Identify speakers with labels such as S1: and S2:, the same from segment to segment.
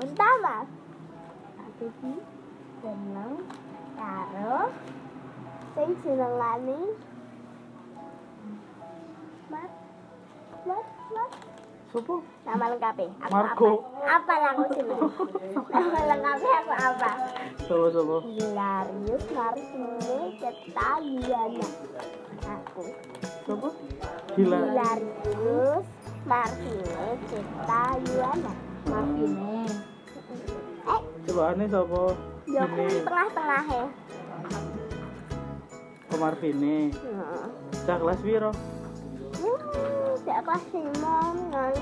S1: pertama aku ki seneng karo sing jenengane Mat Mat Mat
S2: Sopo?
S1: nama lengkapnya aku
S2: Marco.
S1: apa apa aku seneng nama lengkapnya aku apa
S2: Sopo sopo?
S1: Hilarius Marsini Cetaliana aku
S2: Sopo?
S1: Iya.
S2: Gila.
S1: Hilarius Marsini Cetaliana
S3: Marvine.
S1: eh
S2: Cobaane sopo?
S1: ya aku
S2: Ini
S1: tengah-tengah ya
S2: Komarvine.
S1: Heeh.
S2: Cak kelas piro?
S1: Hmm, Sejak kelas 5 nang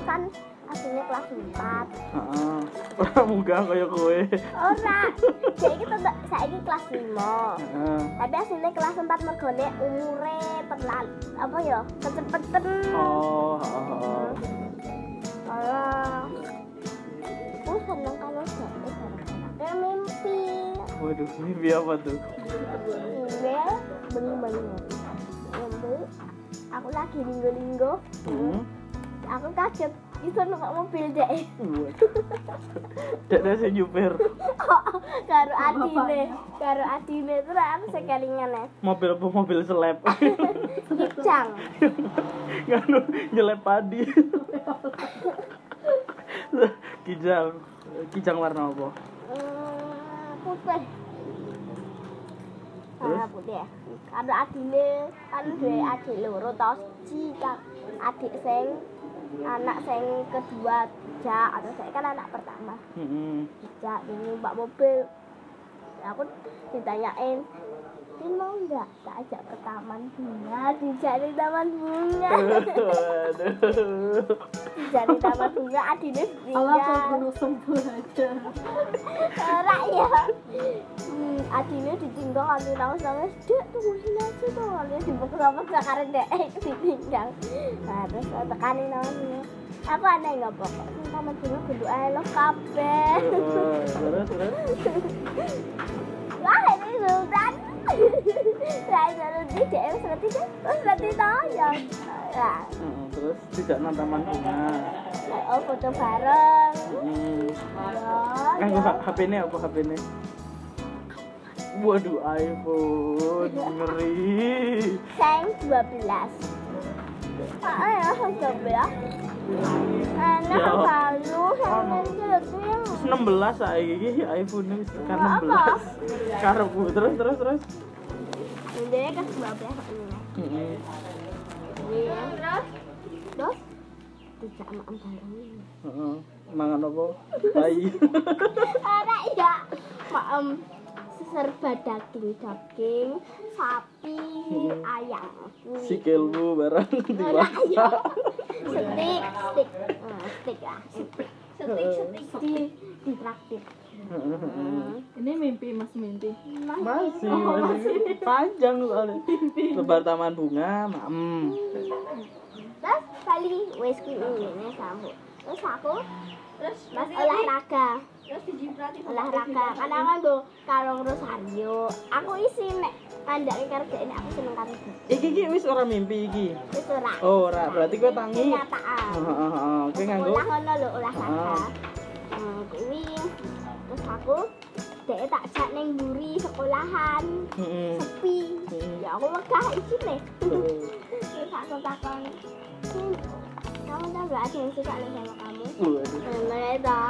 S1: kan aslinya kelas 4.
S2: Heeh. Ora munggah kaya kowe.
S1: Ora. Saiki tetep saiki kelas 5.
S2: Heeh.
S1: Tapi aslinya kelas 4 mergone umure perlan apa ya? Kecepeten.
S2: Oh, heeh, heeh.
S1: Ora. Aku Oh, seneng kalau jadi gara-gara mimpi.
S2: Waduh, mimpi apa tuh?
S1: Iya, bengi-bengi. Mimpi aku lagi linggo-linggo.
S2: Hmm.
S1: Aku kaget. Itu numpak mobil deh.
S2: Waduh. Dada sing nyupir.
S1: karo adine karo adine terus aku sekelingan ya
S2: Mobil apa mobil seleb?
S1: kijang
S2: Nganu nyelep padi. Kijang. Kijang warna apa?
S1: Hmm, putih
S2: Terus?
S1: Ah, putih ya karo adine kan duwe adik loro to siji kan adik sing anak sing kedua jak atau saya kan anak pertama
S2: Heeh.
S1: jak ini mbak mobil Ya, aku ditanyain Tin mau nggak tak ajak ke taman bunga dijak di taman bunga
S2: Waduh.
S1: Jadi taman bunga adine
S3: Allah
S1: dia.
S3: kau sembuh aja.
S1: Ora ya. Hmm, adine ditinggal nganti nangis-nangis, "Dek, tungguin aja to." Dia dipukul-pukul karo dek eh, ditinggal. Nah, terus tak tekani nangis. Aku aneh nggak pokok. Ini taman bunga genduk ae lo kabeh.
S2: Heeh, Terus terus.
S1: Wah, ini sultan. Lah, terus dia dia wis ngerti deh. Wis ngerti to ya. Nah,
S2: Heeh, Terus tidak nang taman bunga.
S1: oh foto bareng.
S2: Hmm.
S1: Ya,
S2: Nganggo
S1: ya.
S2: HP ini apa HP ini? Waduh iPhone ngeri.
S1: Seng 12 Ah, ya, Seng 12 Enak
S2: Ya.
S1: baru, Seng itu
S2: 16 saiki iki iPhone ini wis tekan
S1: Ya, apa?
S2: 16. Karepku terus terus terus.
S1: Ini kan 12 ini
S2: Heeh.
S1: Iya Terus? Terus? Tidak sama bareng
S2: Heeh. Mangan apa? Bayi.
S1: Ada iya Maem Serba daging-daging Sapi
S2: Hmm.
S1: Ayam
S2: Sikilmu barang
S1: Ada iya
S2: dimasak.
S1: Stik Stik Eh, Stik lah Stik Stik Di Ditraktir
S2: Heeh, heeh.
S3: Ini mimpi Mas mimpi.
S2: Masih, masih panjang soalnya. Lebar taman bunga, maem.
S1: terus paling wes kuwi ngene sambut terus aku terus mas olahraga terus olahraga karena aku nggo karung rosario aku isi nek kandake karo dekne aku seneng karo dekne.
S2: Iki iki wis ora mimpi iki.
S1: wis ora
S2: Oh, ora. Berarti kowe tangi.
S1: Iya. kenyataan
S2: Heeh, heeh. Kowe nganggo.
S1: olah ngono lho olahraga
S2: Ah.
S1: hmm, kuwi terus aku dek tak jak ning mburi sekolahan
S2: Heeh.
S1: sepi
S2: Hmm.
S1: ya aku megah iki nih
S2: Oh.
S1: Terus aku takon "Sin, kamu tau gak ada yang suka nih sama kamu
S2: Waduh.
S1: bener itu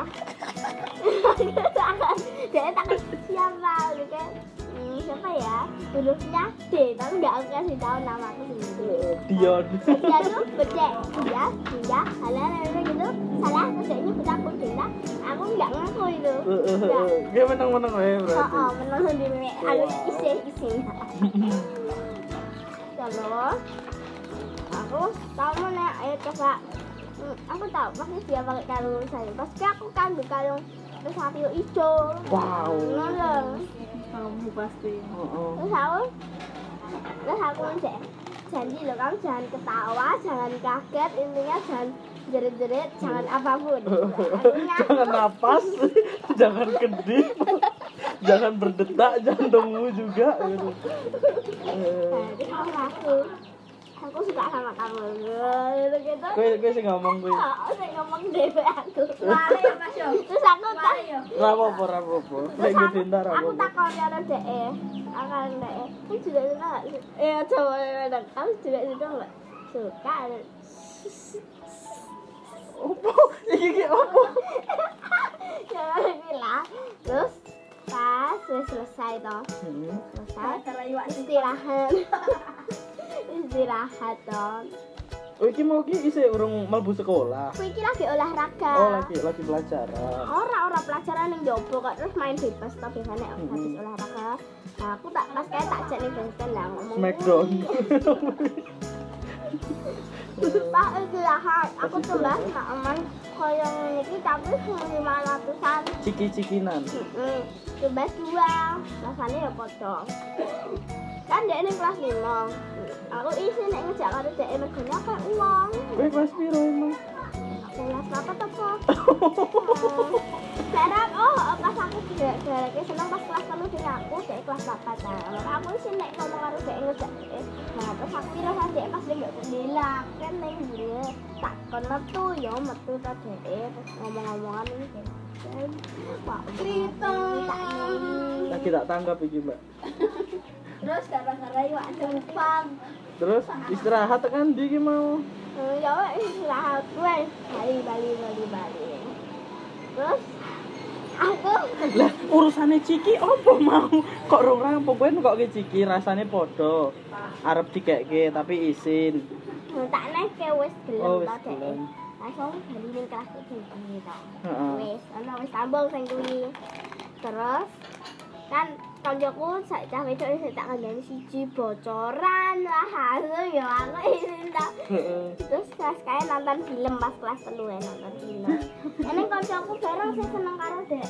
S1: jadi takon siapa gitu kan hmm, siapa ya duduknya D tapi nggak aku kasih tahu nama aku sendiri
S2: Dion.
S1: dia tuh becek dia dia salah lalu gitu salah kerjanya becek aku cinta aku nggak ngaku itu Nggak.
S2: Dia menang-menang wae berarti.
S1: Oh, menang sendiri aku isi isi Kalau aku tahu mana ayo coba Hmm, aku tahu pasti dia pakai kalung saya pasti aku kan di kalung rosario hijau
S2: Wow.
S1: Ngono.
S3: Kamu pasti.
S2: Heeh.
S1: terus aku terus aku jan- janji loh kamu jangan ketawa jangan kaget intinya jangan jerit-jerit jangan apapun
S2: Jangan
S1: akhirnya
S2: napas, jangan kedip, jangan berdetak jantungmu juga. gitu. Eh,
S1: Nah, terus aku laku aku suka sama kamu gitu gitu
S2: Gue gue sih ngomong gue.
S1: oh saya ngomong dewe aku
S3: Lari ya Mas yo.
S1: terus aku tak
S3: Lari ya.
S2: Rapopo rapopo. Nek
S1: terus aku,
S2: gitu ntar
S1: aku
S2: rapopo.
S1: tak kalau ada de akan de ini juga suka nggak? eh coba dan kamu juga suka nggak suka
S2: Opo? Iki iki opo?
S1: jangan bilang terus pas sudah selesai toh
S2: Hmm.
S1: selesai
S3: Ada lagi wak sih.
S1: istirahat istirahat dong
S2: Oh, iki mau iki isih urung mlebu sekolah.
S1: aku iki lagi olahraga
S2: Oh, lagi lagi pelajaran.
S1: ora ora pelajaran yang jopo kok terus main bebas toh biasanya habis olahraga nah, aku tak pas kayak tak jadi benten lah ngomong
S2: Smackdown.
S1: pak istirahat aku coba nak emang koyo ngene iki tapi lima ratusan
S2: Ciki-cikinan.
S1: Mm-mm. coba dua rasanya ya kodong kan dia ini kelas lima aku isi nek ngejak karo dia ini gini apa uang
S2: Gue kelas piro emang?
S1: kelas apa tuh kok sekarang oh pas aku juga gara-gara seneng pas kelas telu dia aku dia kelas papat nah maka aku sih nek ngomong karo dia ngejak eh, nah terus aku kira sama dia pas dia nggak gila kan neng dia tak kon metu yo metu ta dia terus ngomong-ngomongan ini dia Wah, cerita tak nyanyi.
S2: Lagi tak tanggap iki, Mbak.
S3: Terus gara-gara iwak
S1: Sumpah.
S2: Terus istirahat tekan ndi iki mau?
S1: Hmm, ya wes istirahat gue Bali Bali Bali Bali terus aku
S2: Lah, urusane ciki opo mau? Kok rong rampung kowe kok ke ciki rasane padha. Arep dikeke tapi isin.
S1: tak naik ke wes gelem
S2: Oh, wis
S1: tau Dek.
S2: gelem.
S1: langsung bali ning kelas ke gini tau
S2: Heeh.
S1: wes ono wes tambol sing kuwi terus kan kancaku sak cah wedok sik tak kandhani siji bocoran lah hasil ya aku izin tau
S2: Heeh.
S1: terus kelas kaya nonton film pas kelas telu ya nonton film ini kancaku bareng sih seneng karo dhek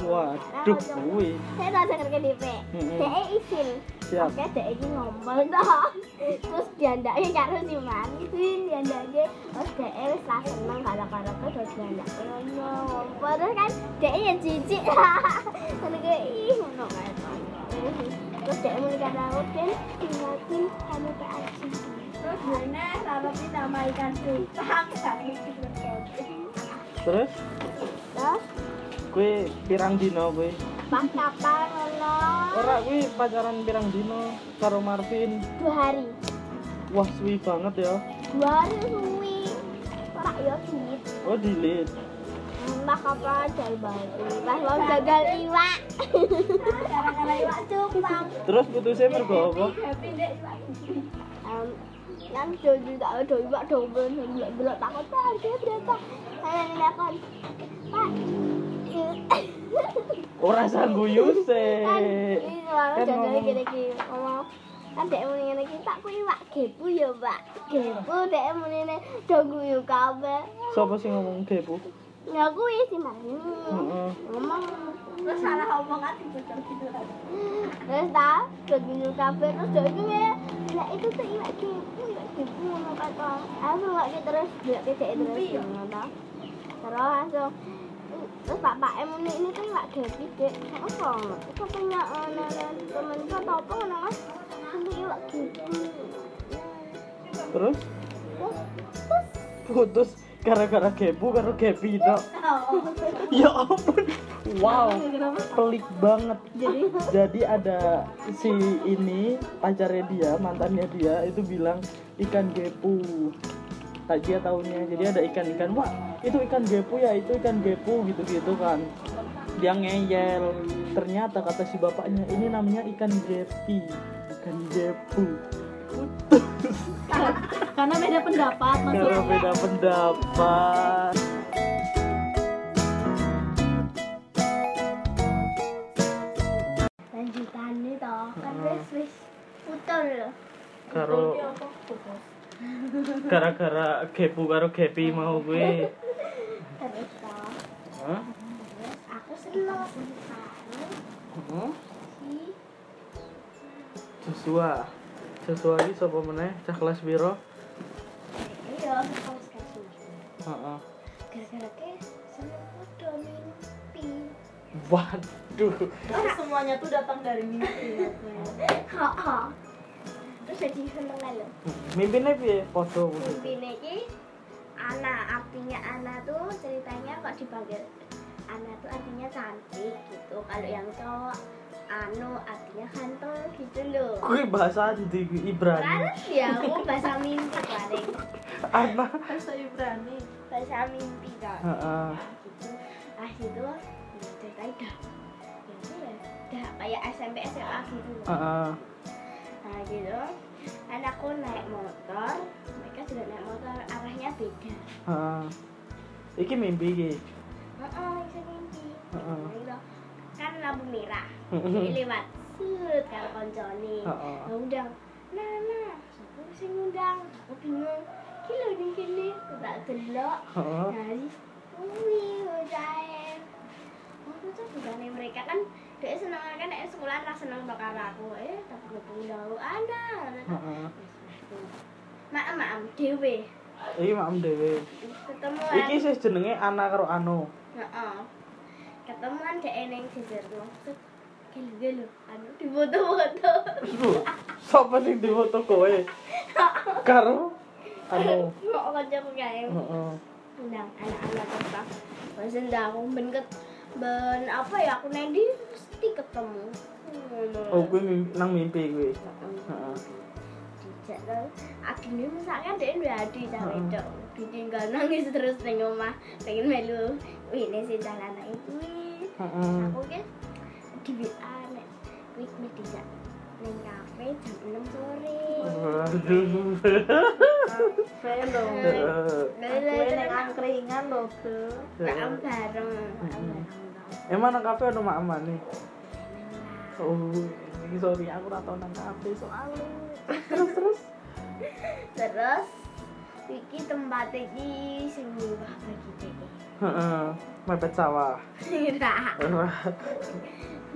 S2: Waduh, kuwi.
S1: saya tak dengar ke DP
S2: Mm-mm.
S1: DE izin
S2: Siap.
S1: oke DE ini ngomong toh terus diandaknya karo si Martin diandaknya terus DE wis lah seneng karo karo ke terus diandaknya ngomong terus kan DE ya jijik terus kayak ih ngono kan terus DE mulai kata aku dan tinggalin kamu ke aja
S3: Terus gimana sama kita mainkan cupang Saking
S2: Terus
S1: terus
S2: kue pirang dino kue
S1: pas kapal ngono
S2: ora kue pacaran pirang dino karo Marvin
S1: dua hari
S2: wah suwi banget ya
S1: dua hari suwi ora yo duit
S2: oh dilit
S1: Mbah kapal dal batu, mbah mau gagal iwak.
S3: Gara-gara iwak cupang
S2: terus putusnya mergo apa
S3: Happy deh iwak cupang
S1: Em, Kan dulu tak ada iwak dobel, belok belok takut kan dia berapa? Saya ngeliatin, pak.
S2: ora sanggu yuse
S1: Kan ini selalu
S2: Kan
S1: jadi
S2: ngomong.
S1: gini-gini ngomong. Kan dek muni ngene iki tak kuwi iwak gebu ya, Pak. Gebu dek muni ne do guyu kabeh.
S2: siapa sih ngomong kepo
S1: Ya kuwi si Mani.
S2: Heeh.
S1: Ngomong
S3: Terus salah omongan dibutuh gitu lagi
S1: terus ta terus minum kafe terus dia itu ya lah itu tuh iwak kipu iwak kipu ngomong kata aku nggak gitu terus dia pede terus
S3: Mimpi ya?
S1: ngomong ta. terus langsung terus pak pak em ini ini tuh iwak kipu dek apa itu punya eh, nenek temenku atau apa ngono mas ini iwak kipu
S2: terus
S1: terus terus
S2: putus gara-gara kepo karo kepino ya ampun wow
S3: Kenapa?
S2: pelik banget
S3: Jadi
S2: jadi ada si ini pacarnya dia mantannya dia itu bilang ikan gepu tak dia tahunya jadi ada ikan ikan wah itu ikan gepu ya itu ikan gepu gitu gitu kan dia ngeyel ternyata kata si bapaknya ini namanya ikan gepi ikan gepu
S3: karena beda pendapat
S2: karena
S3: maksudnya
S2: beda pendapat
S1: lanjutan nih toh kan
S3: Hmm.
S1: wis wis putul
S2: karo gara-gara gepu karo gepi mau gue
S1: terus toh
S2: Hah?
S1: terus aku seneng karo
S2: Hmm?
S1: si
S2: Joshua Joshua ini siapa meneh cah kelas biro
S1: Iya, aku suka susu.
S2: Heeh.
S1: Gara-gara ke seneng foto mimpi.
S2: waduh
S3: Terus semuanya tuh datang dari mimpi ya,
S1: Ha-ha. Terus jadi senengan loh
S2: mimpinnya piye podo
S1: Mimpinnya ini Ana, artinya Ana tuh ceritanya kok dipanggil Ana tuh artinya cantik gitu Kalau yang cowok Anu artinya ganteng gitu loh
S2: kuwi bahasa di Ibrani
S1: Kan ya aku bahasa mimpi paling
S2: apa
S3: bahasa Ibrani
S1: Bahasa mimpi kan
S2: Heeh.
S1: gitu Ah gitu ya ceritanya dah Ya udah ya dah kayak SMP SMA gitu loh
S2: Heeh.
S1: Nah gitu Kan aku naik motor Mereka juga naik motor arahnya beda
S2: Heeh. Uh-uh. iki mimpi iki
S1: Heeh, bisa mimpi.
S2: Heeh.
S1: Gitu. Kan lampu merah.
S2: Heeh.
S1: Jadi lewat sud karo koncone.
S2: Heeh.
S1: Lah undang. Nah, nah, aku sing ngundang. Aku bingung. Ki lho ning kene, aku tak delok.
S2: Heeh.
S1: Nah, ini, wih, udah ya." Aku tuh bukannya mereka kan dia seneng kan nek sekolah ra seneng to karo aku. Eh, tak ketemu dulu ana.
S2: Heeh.
S1: Maem, maem dhewe.
S2: iki maem dhewe
S1: Ketemu
S2: iki sih jenenge Ana karo Ano
S1: Heeh. Ketemuan dek eneng jejer maksud gelo-gelo anu difoto-foto.
S2: Lho, sapa sing difoto kowe karo Ano Uh-uh.
S1: Kok kancaku kae.
S2: Heeh.
S1: Undang anak-anak tetap. Wes ndak aku ben ket ben apa ya aku nendi mesti ketemu. Hmm. Ngono.
S2: oh kuwi mim- nang mimpi kuwi Uh-uh.
S1: Heeh.
S2: Heeh.
S1: Dijak to. Akhirnya misalkan dia udah adi cah
S2: Heeh.
S1: wedok. Ditinggal nangis terus ning omah pengen melu. Wih, ini sih jalan itu.
S2: Heeh.
S1: aku kan di WA nek wis media neng kafe jam 6 sore
S2: Waduh.
S3: Velo
S2: Heeh.
S3: Aku
S1: lele
S3: yang angkringan lho bro
S1: bareng bareng
S2: Mm-mm. Emang nang kafe ada mak nih? Oh, ini sorry aku ora tau nang kafe soalnya. Terus terus.
S1: terus iki tempat iki sing mewah bagi dhek
S2: Heeh. Mepet sawah.
S1: ora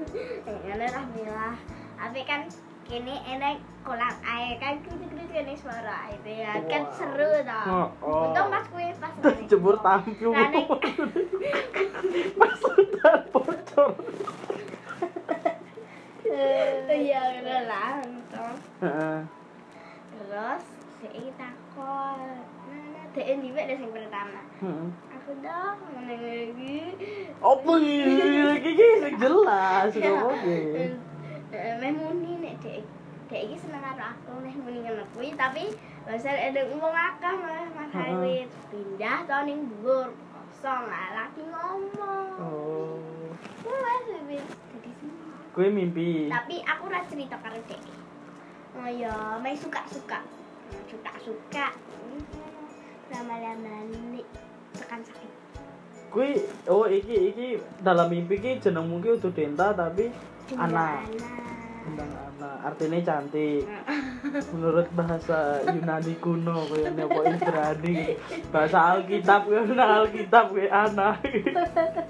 S2: Wah,
S1: ngene lah mewah tapi kan kini enak kolam air kan kritik-kritik kene suara air ya kan
S2: Wow.
S1: seru toh
S2: Oh, oh.
S1: untung pas kue pas
S2: terus Jebur tampil.
S1: Lah, nek-
S2: Pas udah bocor.
S1: iya ngono lah untung
S2: Heeh.
S1: terus dia takon nah nah dia di mana yang pertama
S2: Heeh.
S1: aku dong ngene lagi
S2: Apa iki? Iki sing jelas opo iki?
S1: Eh, meh muni nek dia dia ini seneng karo aku meh muni ngono kuwi tapi bahasa ada ngomong akeh malah malah
S2: Heeh.
S1: kuwi pindah to ning dhuwur kosong lah lagi ngomong
S2: Oh.
S1: wes wis jadi seneng.
S2: Gue mimpi.
S1: tapi aku ora cerita karo dek oh ya main suka suka suka suka lama-lama nih tekan sakit
S2: Gue oh iki iki dalam mimpi iki jenengmu ki udah denta tapi Anak. tentang anak artinya cantik menurut bahasa Yunani kuno kayak apa Ibrani bahasa Alkitab kayak nang Alkitab kayak anak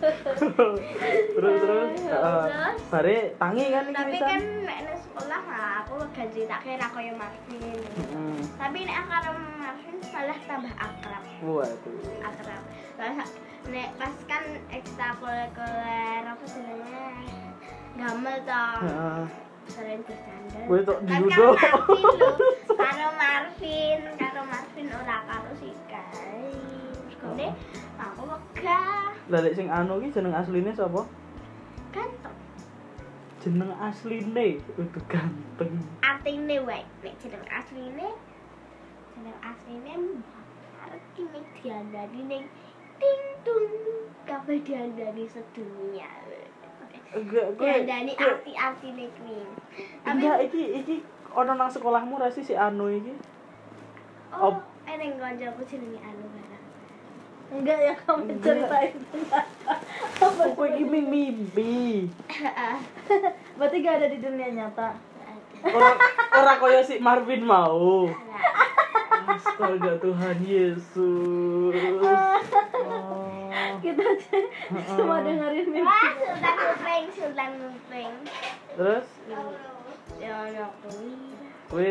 S2: terus terus eh, bare tangi kan iki
S1: tapi
S2: Wisan?
S1: kan nek nang sekolah lah aku ganti tak kira kaya Marvin
S2: Mm-mm.
S1: tapi nek aku karo Marvin malah tambah akrab
S2: waduh
S1: akrab Lah, nek pas kan ekstrakurikuler apa senengnya gamel toh
S2: Heeh.
S1: sering bercanda.
S2: Gue tok
S1: Kan
S2: diudo.
S1: karo Marvin lho. Karo Marvin, karo Marvin ora karo Sika. Terus kene aku megah.
S2: Lah, lek sing anu ki jeneng asline sapa
S1: Ganteng.
S2: jeneng asline udah ganteng
S1: Artine wae nek jeneng asline jeneng asline arep kene diandani ning ting tung kabeh diandani sedunia.
S2: enggak gue
S1: Diandani arti-arti ning kuwi. ah, Tapi
S2: enggak iki iki ono nang sekolahmu ra sih si anu iki
S1: oh,
S2: op-
S1: eneng kancaku jenenge Anu barang.
S3: enggak ya kamu ceritain
S2: kok kowe iki mimpi
S1: Heeh.
S3: berarti gak ada di dunia nyata
S2: ora ora kaya si Marvin mau astaga Tuhan Yesus oh.
S3: kita semua dengerin mimpi
S1: Wah, Sultan Kuping, Sultan Kuping.
S2: terus
S1: Ya ono kuwi.
S2: kowe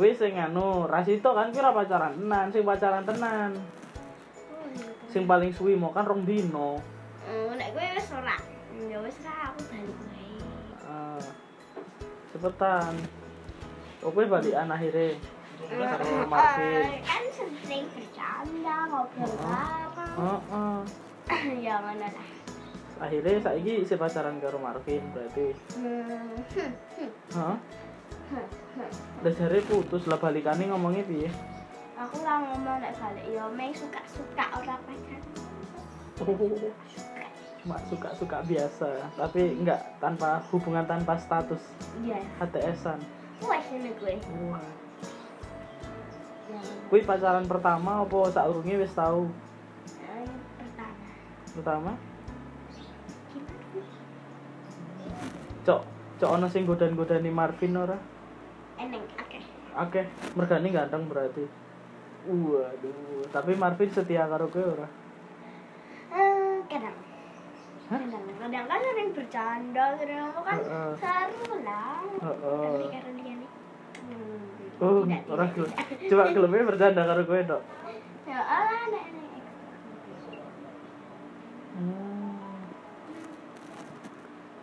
S2: kowe sing anu Rasito kan kira pacaran tenan sing pacaran tenan sing paling suwi mau kan rong dino
S1: Oh, nek kowe wis ora. Ya wis ra aku balik wae.
S2: Ah, cepetan Oke balikan akhirnya. Terus karo Marvin.
S1: Eh, kan sering bercanda ngobrol bareng
S2: Heeh.
S1: ya mana lah
S2: Akhirnya saiki isih pacaran karo Marvin berarti.
S1: Hmm,
S2: Hah? Lah jare putus lah balikane ngomongnya piye?
S1: aku lah ngomong nek balik ya meh suka suka ora pacaran
S2: Cuma suka-suka biasa, tapi enggak tanpa hubungan tanpa status
S1: iya
S2: HTS-an.
S1: wes ini gue Hmm.
S2: Wah. Kuwi pacaran pertama apa saurunge wis tau?
S1: Eh, pertama
S2: Pertama? Cok, cok ono sing godan-godani Marvin ora?
S1: eneng oke
S2: Akeh, mergane ganteng berarti. Waduh, tapi Marvin setia karo kowe ora?
S1: Eh, kadang
S2: Hah? Eh,
S1: kadang kadang kan sering bercanda sering ngomong kan
S2: Heeh.
S1: seru lah
S2: Heeh.
S1: Tapi karo dia nih Hmm.
S2: Eh. Oh, ora gelem. Coba geleme bercanda karo kowe, Dok.
S1: ya Allah nek eneng
S2: Hmm.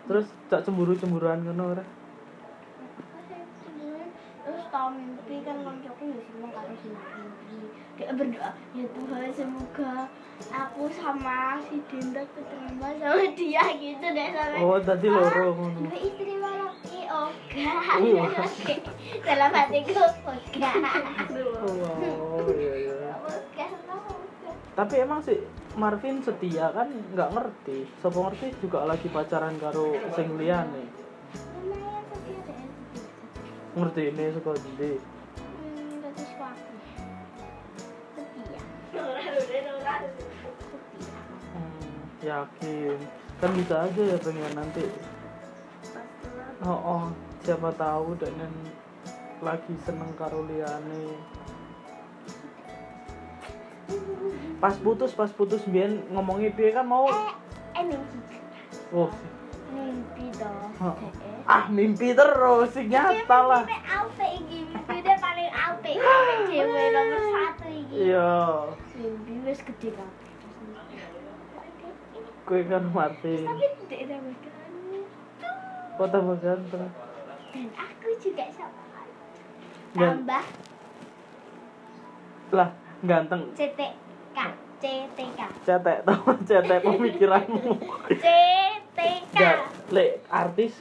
S2: Terus cak cemburu-cemburuan ngono ora? Oh,
S1: terus tau mimpi kan koncoku ya sih karo si mimpi dia berdoa ya Tuhan semoga aku sama si Dinda keterima sama dia gitu deh sampai
S2: Oh, tadi loro ngono.
S1: gue istri walaupun oga
S2: Wah.
S1: dalam hatiku oga
S2: Wow, Oh, iya iya.
S1: oga
S2: Tapi emang sih Marvin setia kan nggak ngerti. Sopo ngerti juga lagi pacaran karo sing liyane.
S1: lumayan setia deh
S2: Ngerti ini suka gede.
S1: hmm terus aku setia setia
S2: Hmm, yakin. Kan bisa aja ya pengen nanti. Oh, oh siapa tahu dengan lagi seneng karo liyane. Pas putus, pas putus biyen ngomongi piye kan mau.
S1: eneng sih
S2: Oh,
S1: Eh, mimpi Eh, dong
S2: Oh. ah mimpi terus sing nyata lah.
S1: Sampai Iya, Alpe iki mimpi dia paling Alpe Alpe cewek nomor satu iki
S2: Iya,
S1: mimpi wes gede kabeh.
S2: kowe kan mati.
S1: tapi tidak ada makan
S2: Kota ganteng.
S1: dan aku juga sama
S2: Gan
S1: tambah
S2: lah, ganteng.
S1: CTK CTK
S2: Cetek tau, cetek pemikiranmu.
S1: CTK
S2: Gak, le artis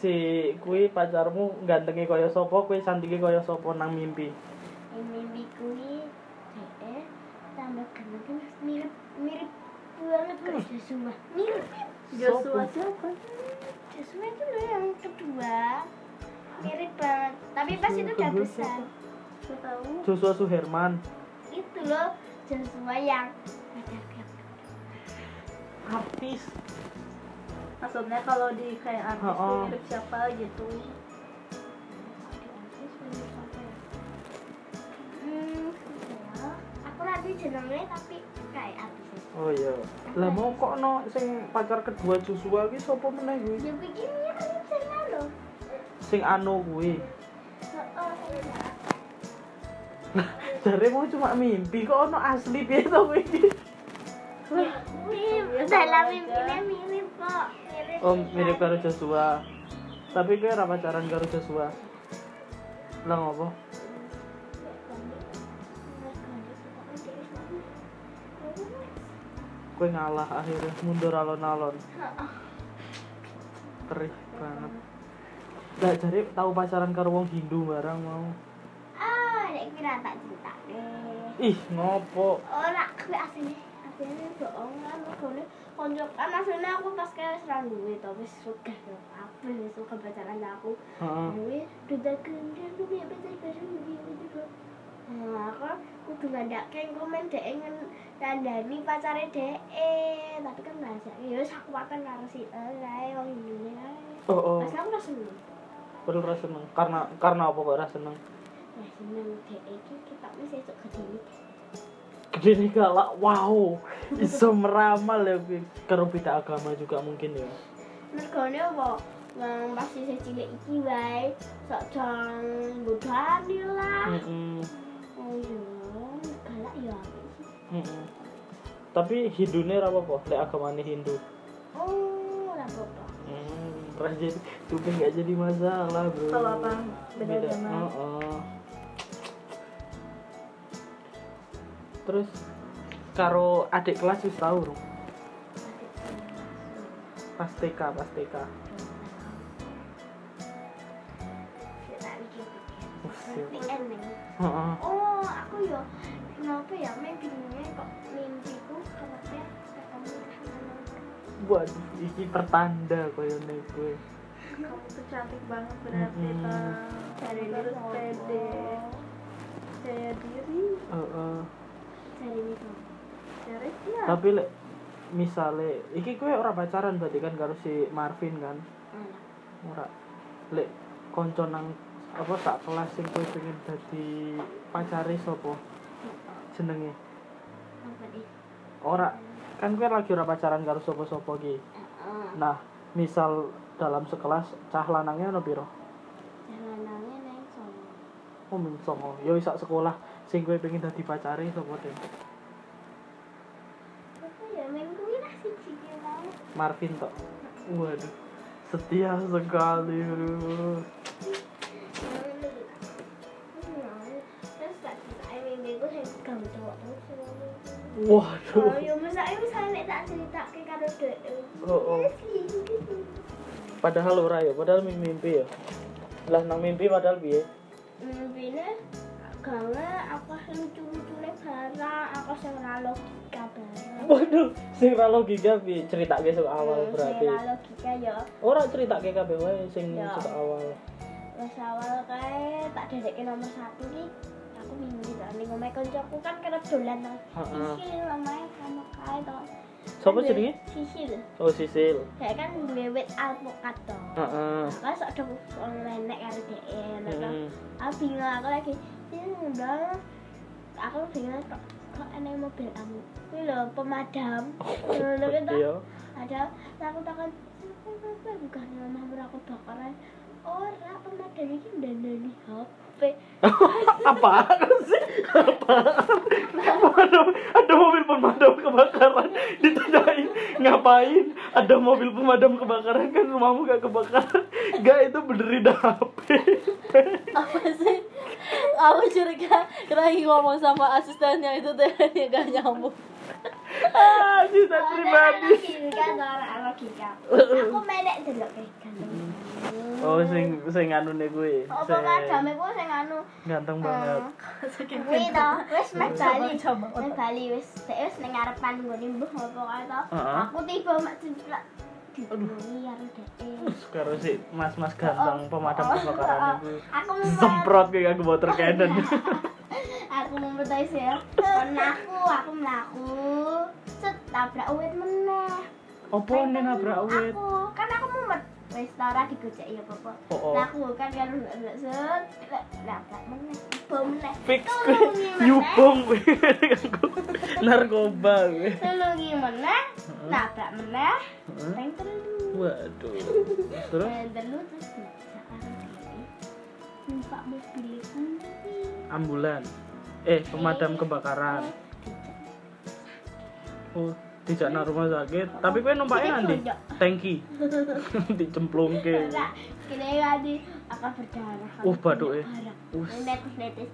S2: si kui pacarmu gantengnya kaya sopo, kui santingnya kaya sopo nang mimpi.
S1: Ini mimpi kui eh tambah kenal kan mirip mirip banget kok Joshua mirip
S2: Joshua
S1: siapa Joshua itu loh yang kedua mirip banget tapi pas
S2: Joshua
S1: itu udah
S2: kedua
S1: besar
S2: siapa?
S1: Aku tahu
S2: Joshua Suherman.
S1: itu Gitu loh Joshua yang pacar kayak
S2: Artis.
S3: maksudnya kalau di kayak artis
S2: Oh,
S3: tuh
S2: oh.
S3: mirip siapa gitu
S1: hmm ya. aku nanti jenengnya tapi kayak artis
S2: Oh iya. Lah mau kok no sing pacar kedua Joshua ki sopo meneh kui?
S1: ya begini kan bisa loh
S2: Sing anu kui.
S1: Heeh, iya.
S2: Jare mau cuma mimpi kok ono asli piye to kui?
S1: mirip dalam mimpinya mirip kok mirip
S2: Oh, mirip karo Joshua. Tapi kowe ora pacaran karo Joshua. Lah ngopo? Kowe ngalah akhirnya mundur alon-alon. Perih banget. Lah jare tahu pacaran karo wong Hindu barang mau.
S1: ah nek kira tak cinta deh
S2: Ih, ngopo?
S1: ora kuwi asline asline bohong kan mergone konco kan asline aku pas kayak wis ra duwe to wis sugih to apa wis suka pacaran lah aku
S2: Heeh.
S1: duwe duda kendel duwe pacar baru duwe duwe Nah, aku kudu ngandake engko men dhek ngen- ngandani pacare dhek tapi kan bahasa ya wis aku pakan karo si lae wong Indonesia ae.
S2: Oh, oh.
S1: Pas aku ra seneng.
S2: Perlu ra seneng. Karena karena apa kok ra seneng?
S1: Ra seneng dhek iki kita wis esuk gedene.
S2: Gini galak, wow, iso meramal ya, Bi. karo beda agama juga mungkin ya.
S1: mergane apa wong pas isih cilik iki wae sok jang bodhani lah
S2: Mm-mm,
S1: oh iya galak ya aku sih.
S2: mm-mm. Tapi Hindune ra apa-apa, lek agamane Hindu.
S1: oh ora apa-apa
S2: Hmm. pasrah jadi kuping nggak jadi masalah bro
S1: Kalau abang beda sama-
S2: oh, oh. terus karo adik kelas wis tau Ru. pas TK pas TK
S1: Tak pikir-pikir.
S2: Usil.
S1: Nanti ending.
S2: Oh, oh.
S1: Oh, aku ya kenapa ya main bingungnya kok mimpiku kenapa ketemu
S2: waduh iki pertanda koyo nek gue
S1: kamu tuh cantik banget berarti
S2: Mm-mm.
S1: Bang. dari terus pede jaya diri
S2: oh, oh.
S1: dari itu dari ya
S2: tapi lek misale iki kowe ora pacaran berarti kan karo si Marvin kan ora lek konco nang apa sak kelas sing kowe pengen dadi pacare sapa jenenge ora kan kowe lagi ora pacaran karo sapa-sapa ki nah misal dalam sekelas cah lanangnya ono piro
S3: jalanannya neng sono
S2: oh mung songo yo sak sekolah sing kowe pengen dadi pacare sapa deh
S1: aku ya main kuwi lah sih cikil tau
S2: Marvin tok waduh setia sekali bro
S1: terus tak cerita mimpiku sing kamu cowok terus
S2: waduh
S1: oh ya masa aku sampe tak cerita ke karo dek
S2: Oh, oh. Padahal ora ya, padahal mimpi, mimpi ya. Lah nang mimpi padahal piye?
S1: mimpine gawe apa sing lucu-lucune barang apa sing ra logika barang
S2: Waduh, sing ra logika piye ceritake sok awal
S1: Hmm,
S2: berarti.
S1: sing ra logika ya
S2: Ora ceritake kabeh wae sing
S1: Ya.
S2: sok awal.
S1: wis awal kae tak dedekke nomor satu iki aku mimpi tak ning omahe kancaku kan kerep dolan to
S2: Heeh.
S1: sisil omahe sama kae to
S2: Sopo
S1: Kan
S2: jenenge?
S1: duwe- sisil
S2: Oh, Sisil.
S1: dhek kan duwe wit alpukat to
S2: Heeh. Hmm.
S1: Aku sok dong wong menek karo dhek ngono to.
S2: Heeh.
S1: aku bingung aku lagi ini udah aku bingung kok kok aneh mobil kamu ini loh pemadam ngono kan toh.
S2: Iya.
S1: ada terus aku takon apa bukan rumah aku bakaran ora pemadam ini udah nani HP
S2: Apaan sih? Apaan? Waduh, ada mobil pemadam kebakaran ditanyain ngapain? Ada mobil pemadam kebakaran kan rumahmu gak kebakaran? Gak itu berdiri di HP.
S3: apa sih aku curiga lagi ngomong sama asistennya itu teh gak nyambung
S2: Ah, cinta pribadi.
S1: logika ora logika aku menek delok kayak ganteng
S2: Oh, sing sing anu nih gue.
S1: Hmm. apa
S2: Sing
S1: kadame ku sing anu
S2: ganteng banget.
S1: kuwi to wis meh bali
S3: Coba, coba.
S1: meh bali wis dhek wis ning ngarepan nggone mbuh apa kae to
S2: Heeh.
S1: aku tiba mak jeblak dibunyi karo dhek
S2: Sekarang si mas-mas
S1: Oh,
S2: ganteng pemadam kebakaran itu
S1: aku mau
S2: semprot kayak aku water cannon.
S1: aku membetai sih ya kon aku aku melaku set tabrak uwit meneh
S2: Opo nih nabrak wit?
S1: aku kan aku mumet wis ta ora digojek ya popo
S2: Oh, oh.
S1: Lah aku kan kan ndak set lek nabrak meneh bom meneh
S2: Fix
S1: Tolong gimana?
S2: nyubung gue narkoba gue.
S1: tulungi meneh nabrak meneh
S2: Heeh.
S1: peng telu
S2: Waduh. Terus
S1: peng telu Eh, terus nabrak karo dhek numpak mobil
S2: Iya.
S1: sendiri
S2: ambulan. Eh, pemadam
S1: Iya.
S2: kebakaran. Oh, dijak nang rumah sakit. Tapi gue numpaknya nanti
S1: Iya,
S2: tangki. Dicemplungke.
S1: Ora, kene tadi aku berdarah.
S2: Oh, baduke. Us.
S1: Netes-netes.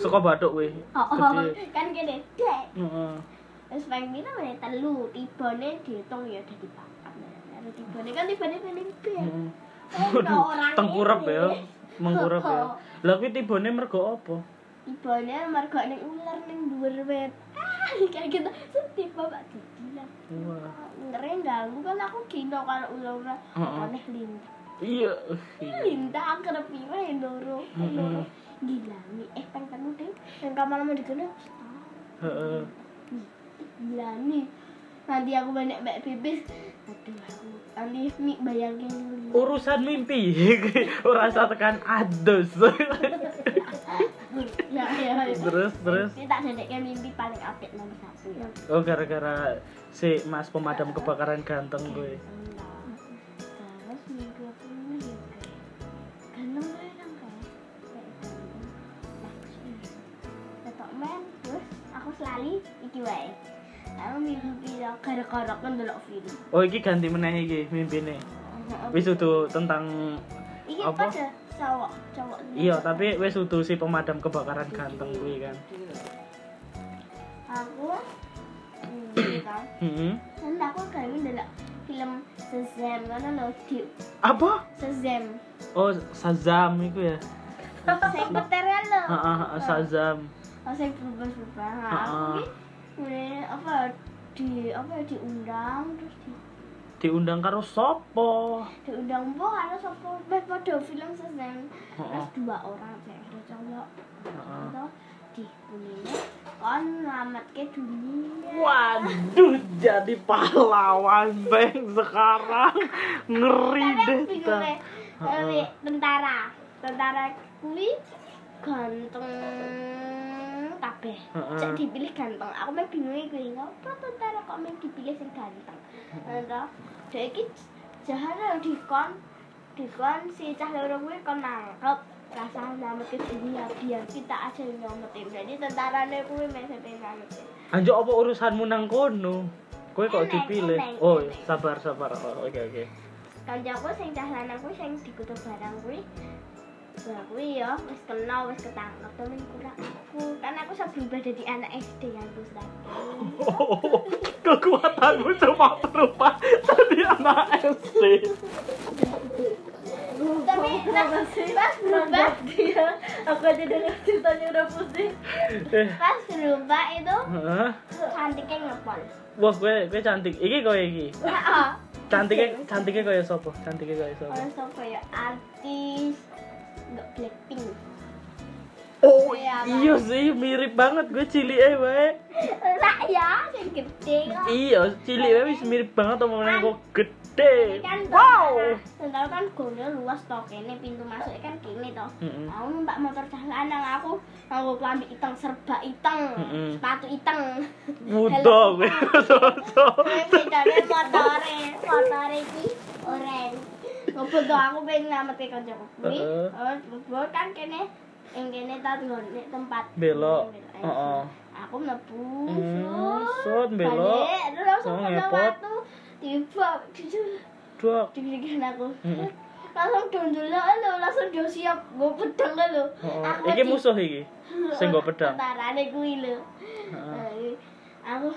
S2: Saka bathuk kowe.
S1: Oh, oh, kan gini, dek.
S2: Heeh.
S1: Terus paling pira menit telu, tibane dihitung ya udah dipakat. Lalu tibane kan tibane paling pir.
S2: Heeh.
S1: Eh,
S2: Hmm. Waduh,
S1: no orang
S2: tengkurap
S1: ini.
S2: ya. Mengkurap ya. Lah kuwi tibane mergo apa?
S1: Tibane mergo ning ular ning dhuwur wit. Ah, kayak gitu. Terus tiba Pak Didi lah.
S2: Wah.
S1: Ngeri ganggu kan aku gino kalau ular-ular
S2: Heeh.
S1: aneh lintah.
S2: Iya.
S1: Lintah kerep pira ya loro.
S2: Mm-mm.
S1: Loro. Gila, mi eh peng telu ding. Nang kamar mau digene.
S2: Heeh.
S1: Gila nih. Nanti aku banyak mbak pipis. Aduh, aku nanti mi bayangin dulu.
S2: Urusan mimpi. Ora usah tekan adus.
S1: Ya, ya, ya.
S2: terus terus
S1: Ini tak dedeknya mimpi paling update nomor satu ya.
S2: oh gara-gara si Mas pemadam kebakaran ganteng gue.
S1: Terus minggu aku ini ya. Ganteng banget kan kayak. Kayak ganteng. Nah, terus ini. Ketok men, terus aku selalu iki wae. Aku mimpi gara-gara kan delok film.
S2: Oh iki ganti meneh iki mimpine. wis udah tentang
S1: Iki apa
S2: Apa?
S1: sih? Cowok, cowok.
S2: iya tapi wis udah si pemadam kebakaran ganteng kuwi kan
S1: Aku hmm, gitu kan.
S2: Heeh.
S1: Dan aku gawe ndelok film Shazam ngono lho, Dik.
S2: apa
S1: Shazam.
S2: oh Shazam itu ya
S1: Saya petere lho.
S2: Heeh, heeh, Shazam
S1: Oh, saya berubah-ubah. Nah, Aku
S2: Heeh.
S1: ki mulai apa di apa ya, diundang terus di
S2: diundang karo sopo
S1: diundang po karo sapa wis padha film Shazam.
S2: Heeh.
S1: Terus dua orang cewek ada cowok.
S2: Heeh.
S1: Terus di bunyinya kon nyelametke dunia.
S2: Waduh, jadi pahlawan Bang sekarang ngeri
S1: Tapi
S2: deh.
S1: aku bingung ya. Tapi
S2: Heeh.
S1: tentara, tentara kuwi ganteng kabeh.
S2: Heeh.
S1: Cek dipilih ganteng. Aku meh bingung kuwi ngopo tentara kok meh dipilih sing ganteng. Ngono. Dek iki jahat lho dikon dikon si cah loro kuwi kon nangkep rasa nyamet ke dunia biar kita aja yang nyametin jadi tentarane kuwi meh sampe nyametin
S2: Anjo apa urusanmu nang kono? Kowe kok
S1: Eleng,
S2: dipilih?
S1: eleng,
S2: Oh,
S1: eleng.
S2: sabar sabar. Oh, Oke oke.
S1: kancaku sing cah lanang kuwi sing dikutuk barang kuwi Nah, kuwi ya wis kena wis ketangkep tapi kurang aku kan aku sudah berubah jadi anak SD kan terus
S2: Oh, Kekuatanmu cuma berupa tadi anak SD.
S1: tapi pas pas berubah
S3: dia Iya, aku aja dengar ceritanya udah pusing
S2: Eh,
S1: pas berubah itu
S2: Hah?
S1: cantiknya ngepon
S2: Wah, kowe kowe cantik. Iki kowe iki.
S1: heeh
S2: Cantiknya cantiknya kaya sapa? Cantiknya kaya sapa?
S1: ono sapa ya artis nggak blackpink
S2: Oh,
S1: iya, Bang.
S2: iya sih mirip banget gue cilike wae.
S1: lah ya sing gede kok
S2: Iya, cilike wis mirip banget omongane kok
S1: Ini
S2: gede.
S1: kan
S2: Wow.
S1: Tentara kan gone luas toh kene pintu masuk kan kene toh.
S2: Mm-mm.
S1: Aku numpak motor cah lanang aku nganggo klambi iteng serba iteng,
S2: Mm-mm.
S1: sepatu iteng.
S2: Muda
S1: Helm
S2: gue.
S1: hitam.
S2: Cocok.
S1: Terus bedane motore, motore iki oren. Ngobrol toh aku pengen ngameti kancaku kuwi.
S2: Heeh.
S1: Terus ngobrol kan kene yang kene toh nggone tempat
S2: Belok.
S1: Belok.
S2: Heeh.
S1: Aku mlebu.
S2: Hmm,
S1: sut,
S2: sut, belok.
S1: balik. Terus langsung
S2: Oh,
S1: kena
S2: ngepot.
S1: watu. Tiba, jujur.
S2: Dok.
S1: deg-degan aku
S2: Hmm.
S1: langsung dondol lho langsung dia siap gue pedang lho
S2: Heeh. Oh, Iki musuh iki. sing nggo pedang.
S1: tarane kuwi lho
S2: Heeh.
S1: Nah, iki aku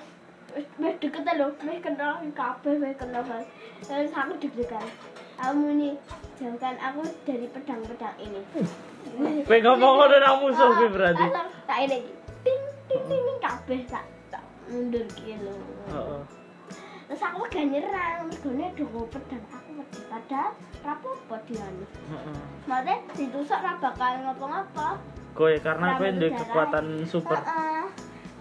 S1: wis- wis deket lho wis kenal kabeh wis kenal banget terus aku deg-degan aku muni jauhkan aku dari pedang-pedang ini
S2: Kowe ngomong ngono nang musuh
S1: Ah,
S2: kowe berarti. Oh.
S1: langsung tak ini iki. ting ting ting ting, kabeh tak tak mundur ki lho
S2: Heeh.
S1: terus aku gak nyerang mergone dogo pedang aku wedi padahal rapopo dianu
S2: Heeh.
S1: Maksudnya ditusuk ra bakal ngapa-ngapa.
S2: Kowe karena kowe
S1: Rambut
S2: duwe
S1: berdarah.
S2: kekuatan super.
S1: Heeh.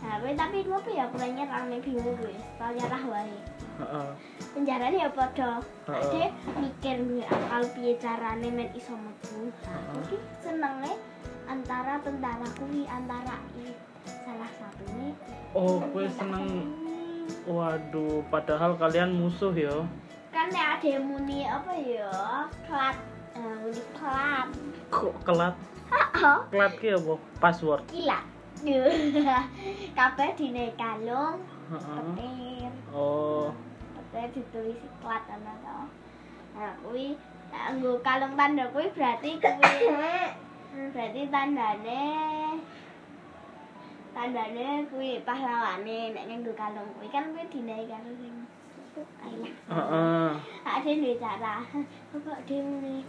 S1: Nah, gue tapi gue apa ya kurang nyerang nih bingung gue. Kalau nyerah wae.
S2: Heeh.
S1: Penjarane ya padha.
S2: Heeh.
S1: Ade mikir gue akal piye carane men iso metu. Jadi senenge antara tentara kuwi antara i- salah satunya
S2: Oh, kowe seneng Waduh, padahal kalian musuh ya.
S1: kan ya ada yang muni apa ya kelat Eh, muni kelat
S2: Kok kelat?
S1: Heeh.
S2: Kelat ki apa? Password.
S1: kilat kabeh dine kalung
S2: Heeh.
S1: petir
S2: Oh.
S1: petir ditulis kuat ana to nah kuwi nggo kalung tanda kuwi berarti kuwi berarti tandane tandane kuwi pahlawane nek nggo kalung kuwi kan kuwi dine karo sing Alah,
S2: Heeh.
S1: ada duwe cara. Kok dhewe muni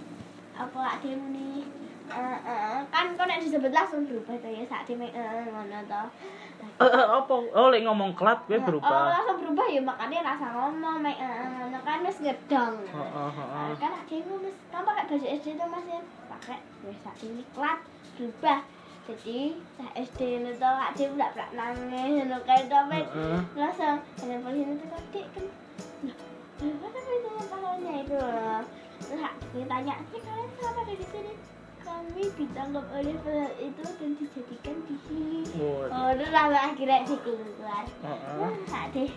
S1: apa ade muni eh, eh, kan kok nek disebut langsung berubah to ya sak dhewe eh, ngono to.
S2: Eh, eh, apa? Oh, lek ngomong kelat kowe
S1: Nah, Oh,
S2: berubah.
S1: langsung berubah ya makanya rasa ngomong mek ngono kan wis ngedang.
S2: Heeh, heeh.
S1: Nah, Kan ada yang mas, kan pakai baju SD tuh mas ya pakai wis sak ini kelat berubah. Jadi cah SD ini tuh kak dia udah pernah nangis, ngono kayak tuh mek
S2: Heeh.
S1: langsung ada polisi itu kan dik kan. Loh, kenapa kan itu yang pahlawannya itu? Terus kak dia tanya, "Ini kalian kenapa ada di sini?" Kami ditangkap oleh penjahat itu dan dijadikan di sini.
S2: Waduh.
S1: Oh, terus sampai akhirnya dia keluar.
S2: Heeh.
S1: Wah, deh.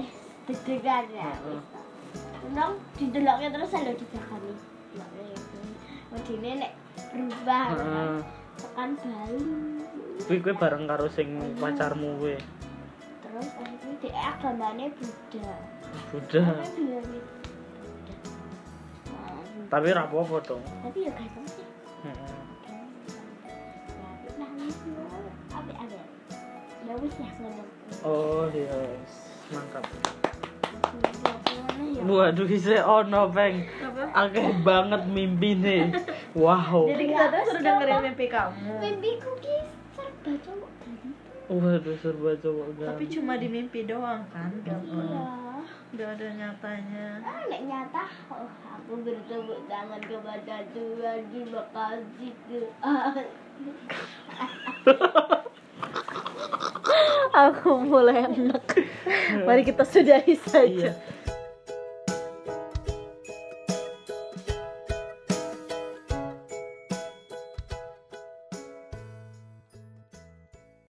S1: Eh, deg-degan ya.
S2: Heeh.
S1: Untung dideloknya terus lho dibakani. Deloknya itu. Wedine nek berubah
S2: Heeh.
S1: tekan bali.
S2: Kuwi kowe bareng karo sing pacarmu kowe.
S1: Terus akhirnya dia agamanya Buddha.
S2: Buddha.
S1: Kan bilang gitu.
S2: tapi rapopo dong
S1: tapi ya ganteng sih
S2: Heeh.
S1: ya nah itu apa ada ya wis ya sebenarnya
S2: oh iya mantap
S3: Iya.
S1: ya
S2: waduh isih ono peng akeh banget mimpine wow
S3: Jadi kita tuh suruh dengerin mimpi kamu.
S1: mimpiku ki serba cowok tadi
S2: waduh serba cowok
S3: Tapi
S2: ganteng.
S3: cuma di mimpi doang kan.
S1: iya
S3: Gak ada nyatanya.
S1: ah nek nyata oh, aku bertepuk tangan kepada Tuhan di Ah, Bekasi Tuhan
S3: Aku mulai enak. Mari kita sudahi
S2: iya